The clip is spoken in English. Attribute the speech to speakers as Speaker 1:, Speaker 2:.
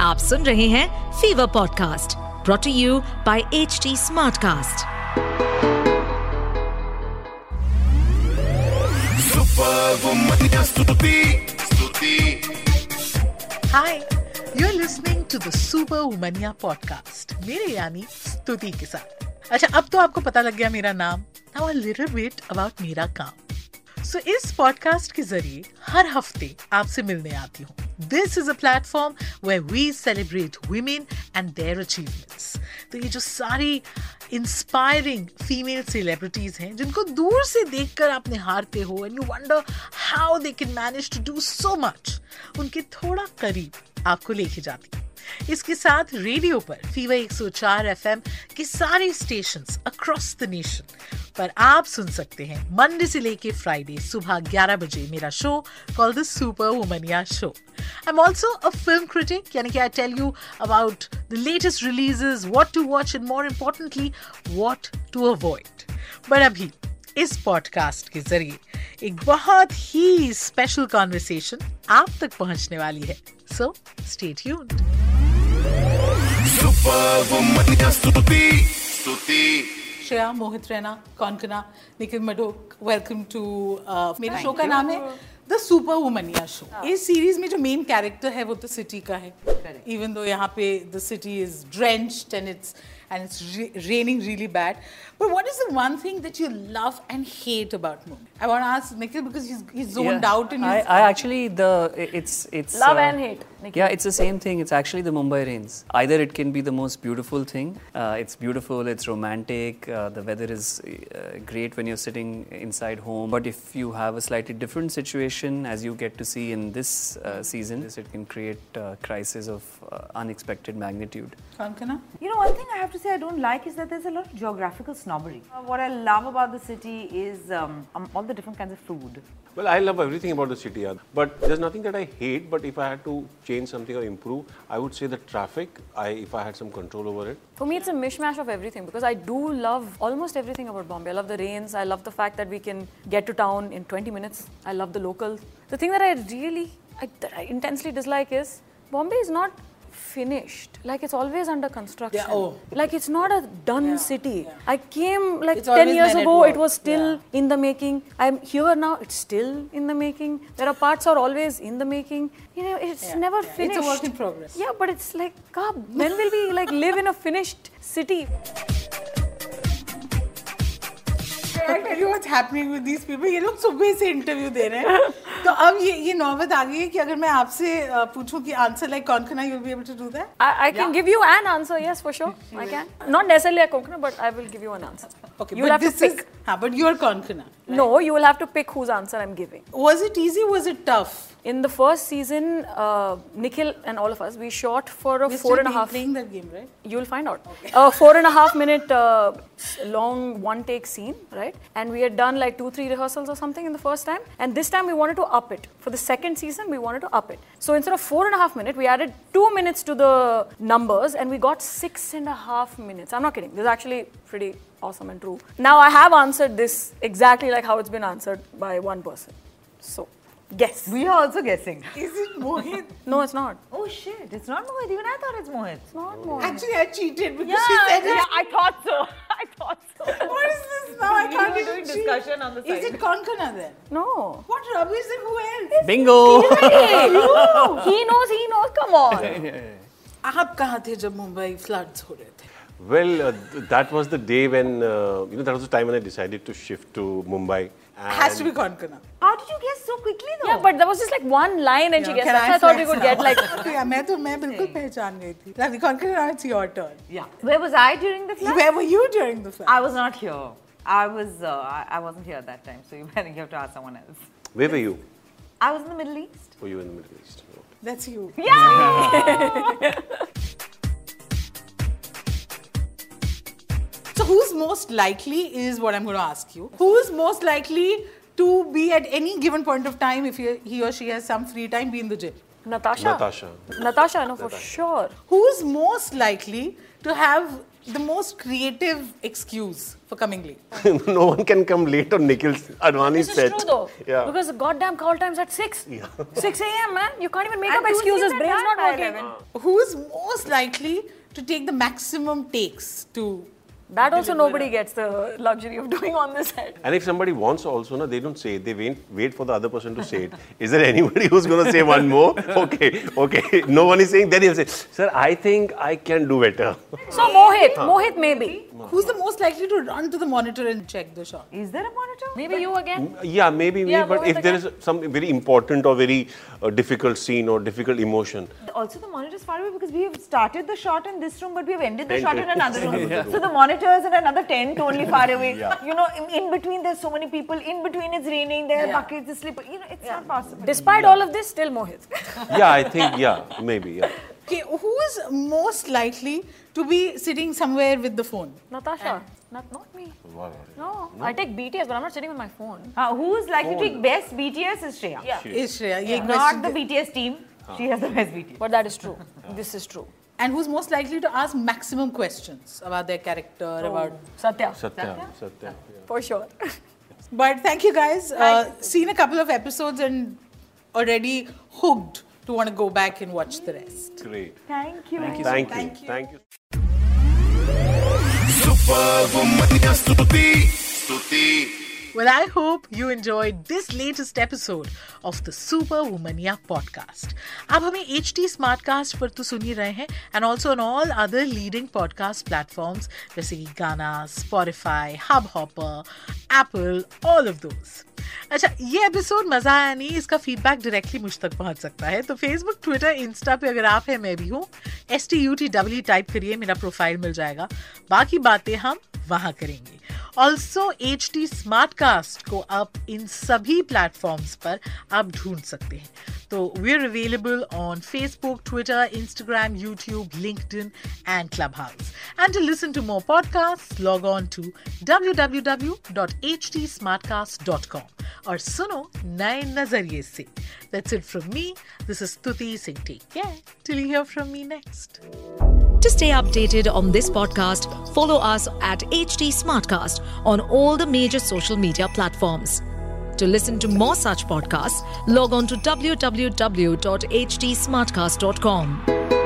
Speaker 1: आप सुन रहे हैं fever podcast brought to you by H T smartcast
Speaker 2: Superwoman Stuti Stuti
Speaker 3: Hi, you're listening to the Super Womania podcast. मेरे यानी स्तुति के साथ अच्छा अब तो आपको पता लग गया मेरा नाम now a little bit about मेरा काम सो इस पॉडकास्ट के जरिए हर हफ्ते आपसे मिलने आती हूँ this is a platform where we celebrate women and their achievements तो ये जो सारी इंस्पायरिंग फीमेल सेलिब्रिटीज हैं जिनको दूर से देखकर आप निहारते हो and you wonder how they can manage to do so much उनके थोड़ा करीब आपको लेके जाती हूँ इसके साथ रेडियो पर फीवर 104 एफएम के सारे स्टेशंस अक्रॉस द नेशन पर आप सुन सकते हैं मंडे से लेके फ्राइडे सुबह 11 बजे मेरा show call the Super Womania show I am also a film critic यानी कि I tell you about the latest releases what to watch and more importantly what to avoid पर अभी इस पॉडकास्ट के जरिए एक बहुत ही स्पेशल कॉन्वर्सेशन आप तक पहुंचने वाली है so stay tuned
Speaker 2: Superwoman Stuti Stuti
Speaker 3: Shreya Mohit Raina Konkona Nikhil मडोक वेलकम टू मेरे शो uh, का नाम है
Speaker 4: हाँ।
Speaker 3: द सुपर वुमनिया शो इस सीरीज में जो मेन कैरेक्टर है वो तो सिटी का है इवन दो यहाँ पे the city is drenched and it's and it's raining really bad but what is the one thing that you love and hate about moon I want ask Nikhil because he is
Speaker 4: Yeah.
Speaker 3: zoned out in
Speaker 4: I,
Speaker 3: his
Speaker 4: I actually the i- it's it's uh,
Speaker 5: Love and hate, Nikhil.
Speaker 4: Yeah, it's the same thing. It's actually the Mumbai rains. Either it can be the most beautiful thing. Uh, it's beautiful. It's romantic. Uh, the weather is uh, great when you're sitting inside home. But if you have a slightly different situation, as you get to see in this uh, season, this- it can create uh, crisis of uh, unexpected magnitude.
Speaker 3: Konkona
Speaker 5: You know, one thing I have to say I don't like is that there's a lot of geographical snobbery. Uh, what I love about the city is um, um, all the different kinds of food.
Speaker 6: Well, I love everything about the city, yeah. but there's nothing that I hate. But if I had to change something or improve, I would say the traffic. I, if I had some control over it,
Speaker 7: For me, it's a mishmash of everything because I do love almost everything about Bombay. I love the rains. I love the fact that we can get to town in 20 minutes. I love the locals. The thing that I really, I, that I intensely dislike is Bombay is not finished. Like it's always under construction.
Speaker 3: Yeah, oh.
Speaker 7: Like it's not a done city. I came like
Speaker 3: It's
Speaker 7: 10
Speaker 3: always
Speaker 7: years
Speaker 3: been at
Speaker 7: ago.
Speaker 3: work.
Speaker 7: It was still in the making. I'm here now. It's still in the making. There are parts are always in the making. You know, it's never
Speaker 3: a work
Speaker 7: finished.
Speaker 3: in progress.
Speaker 7: Yeah, but it's like, God, when will we like live in a finished city?
Speaker 3: I'll tell you what's happening with these people. ये लोग सुबह से interview दे रहे हैं तो अब ये ये नौबत आ गई है कि अगर मैं आपसे अ, पूछूं कि answer like Konkona you be able to do that
Speaker 7: I, I can give you an answer, yes, for sure. I can. Not necessarily a coconut, but I will give you an answer.
Speaker 3: Okay
Speaker 7: you'll
Speaker 3: but
Speaker 7: have to
Speaker 3: this is
Speaker 7: pick.
Speaker 3: हां but you are हाँ, कौन खाना
Speaker 7: No, you will have to pick whose answer I'm giving.
Speaker 3: Was it easy was it tough
Speaker 7: In the first season, uh, Nikhil and all of us, we shot for a four and a half.
Speaker 3: Playing that game right
Speaker 7: You'll find out. A four and a half minute uh, s- long one take scene, right? And we had done like two, three rehearsals or something in the first time. And this time we wanted to up it. For the second season, we wanted to up it. So instead of four and a half minute, we added two minutes to the numbers and we got six and a half minutes. I'm not kidding. This is actually pretty awesome and true. Now I have answered this exactly like how it's been answered by one person. So, guess.
Speaker 5: We are also guessing.
Speaker 3: Is it Mohit
Speaker 7: no, it's not.
Speaker 5: Oh shit, it's not Mohit. Even I thought it's Mohit.
Speaker 7: It's not more.
Speaker 3: Actually I cheated because she said
Speaker 5: I thought so. I thought so.
Speaker 3: What is this now I
Speaker 5: We
Speaker 3: can't
Speaker 5: were doing discussion on the
Speaker 3: is
Speaker 5: side.
Speaker 3: It कौन खाना then
Speaker 7: No.
Speaker 3: What rubbish and who else
Speaker 4: Bingo!
Speaker 5: he knows, he knows. Come on.
Speaker 3: आप कहां थे जब Mumbai floods हो रहे थे
Speaker 6: well, uh, th- that was the day when uh, you know that was the time when I decided to shift to Mumbai. And
Speaker 3: has to be कौन खाना
Speaker 5: How did you guess so quickly though?
Speaker 7: Yeah, but there was just like one line and she guessed.
Speaker 3: Can
Speaker 7: That's why I thought we could
Speaker 3: flex
Speaker 7: get
Speaker 3: now?
Speaker 7: like
Speaker 3: Yeah, मैं तो मैं बिल्कुल पहचान गई थी lovely कौन खाना it's your turn
Speaker 5: yeah. Where was I during the flight?
Speaker 3: Where were you during the
Speaker 5: I was not here. I was, uh, I I wasn't here at that time. So you, I think you have to ask someone else.
Speaker 6: where were you?
Speaker 5: I was in the Middle East.
Speaker 6: Were you in the Middle East?
Speaker 3: That's you. so, who's most likely is what I'm going to ask you. Who's most likely to be at any given point of time, if he he or she has some free time, be in the gym?
Speaker 7: Natasha.
Speaker 6: Natasha.
Speaker 7: Natasha, no, for sure.
Speaker 3: Who's most likely to have the most creative excuse for coming late?
Speaker 6: no one can come late on Nikhil's Advani
Speaker 7: This is
Speaker 6: set.
Speaker 7: true though.
Speaker 6: Yeah.
Speaker 7: Because the goddamn call time's at 6. 6 a.m., man. You can't even make
Speaker 5: And
Speaker 7: up
Speaker 5: Tuesdays
Speaker 7: excuses.
Speaker 5: at
Speaker 7: Brain's
Speaker 5: that
Speaker 7: not
Speaker 5: by
Speaker 7: working.
Speaker 5: 11.
Speaker 3: Who's most likely to take the maximum takes to
Speaker 7: That also nobody gets the luxury of doing on this set.
Speaker 6: and if somebody wants also, na, they don't say it. They wait, wait for the other person to say it. Is there anybody who's going to say one more? Okay, okay. No one is saying. Then he'll say, sir, I think I can do better.
Speaker 7: So Mohit, Mohit maybe.
Speaker 3: who's the most likely to run to the monitor and check the shot?
Speaker 5: Is there a monitor?
Speaker 7: Maybe you again.
Speaker 6: Yeah, maybe me,
Speaker 7: Yeah,
Speaker 6: but
Speaker 7: Mohit
Speaker 6: if there is some very important or very uh, difficult scene or difficult emotion,
Speaker 5: Also, the monitor is far away because we have started the shot in this room, but we have ended the
Speaker 6: Ended.
Speaker 5: shot in another room.
Speaker 6: Yeah.
Speaker 5: So the monitor is in another tent, totally far away.
Speaker 6: Yeah.
Speaker 5: You know, in, in between there's so many people. In between it's raining. There are buckets, the slip. You know, it's not possible.
Speaker 7: Despite all of this, still Mohit.
Speaker 6: yeah, I think, yeah, maybe, yeah.
Speaker 3: Okay, who is most likely to be sitting somewhere with the phone?
Speaker 7: Natasha. Not, not me. No. I take BTS, but I'm not sitting with my phone.
Speaker 5: Uh, who is likely to take best BTS is Shreya. Yeah.
Speaker 3: Is Shreya. ye question
Speaker 5: Not the
Speaker 3: thi-
Speaker 5: BTS team. She has the best BTS.
Speaker 7: But that is true. This is true.
Speaker 3: and who's most likely to ask maximum questions about their character,
Speaker 5: Oh.
Speaker 3: about
Speaker 7: Satya.
Speaker 6: Satya, Satya. yeah.
Speaker 7: For sure.
Speaker 3: But thank you guys. Uh, seen a couple of episodes and already hooked to want to go back and watch the rest.
Speaker 6: Great.
Speaker 5: Thank you.
Speaker 6: Thank you. Thank you.
Speaker 2: Superwomania Stuti, Stuti.
Speaker 3: Well, I hope you enjoyed this latest episode of the Super Womania podcast. आप हमें H T Smartcast पर तो सुन ही रहे हैं and also on all other leading podcast platforms जैसे कि Gaana Spotify Hubhopper Apple all of दोस्त अच्छा ये एपिसोड मजा आया नहीं इसका फीडबैक डायरेक्टली मुझ तक पहुंच सकता है तो फेसबुक ट्विटर इंस्टा पे अगर आप हैं मैं भी हूँ S T U T W type करिए मेरा प्रोफाइल मिल जाएगा बाकी बातें हम वहाँ करेंगे also H T Smartcast को आप इन सभी प्लेटफॉर्म्स पर आप ढूंढ सकते हैं तो we are available on Facebook Twitter Instagram YouTube LinkedIn and Clubhouse and to listen to more podcast log on to W W W dot H T Smartcast dot com और सुनो नए नजरिए से That's it from me. This is Tuti Singh. Take care. Till you hear from me next.
Speaker 1: To stay updated on this podcast, follow us at HT Smartcast on all the major social media platforms. To listen to more such podcasts, log on to www.htsmartcast.com.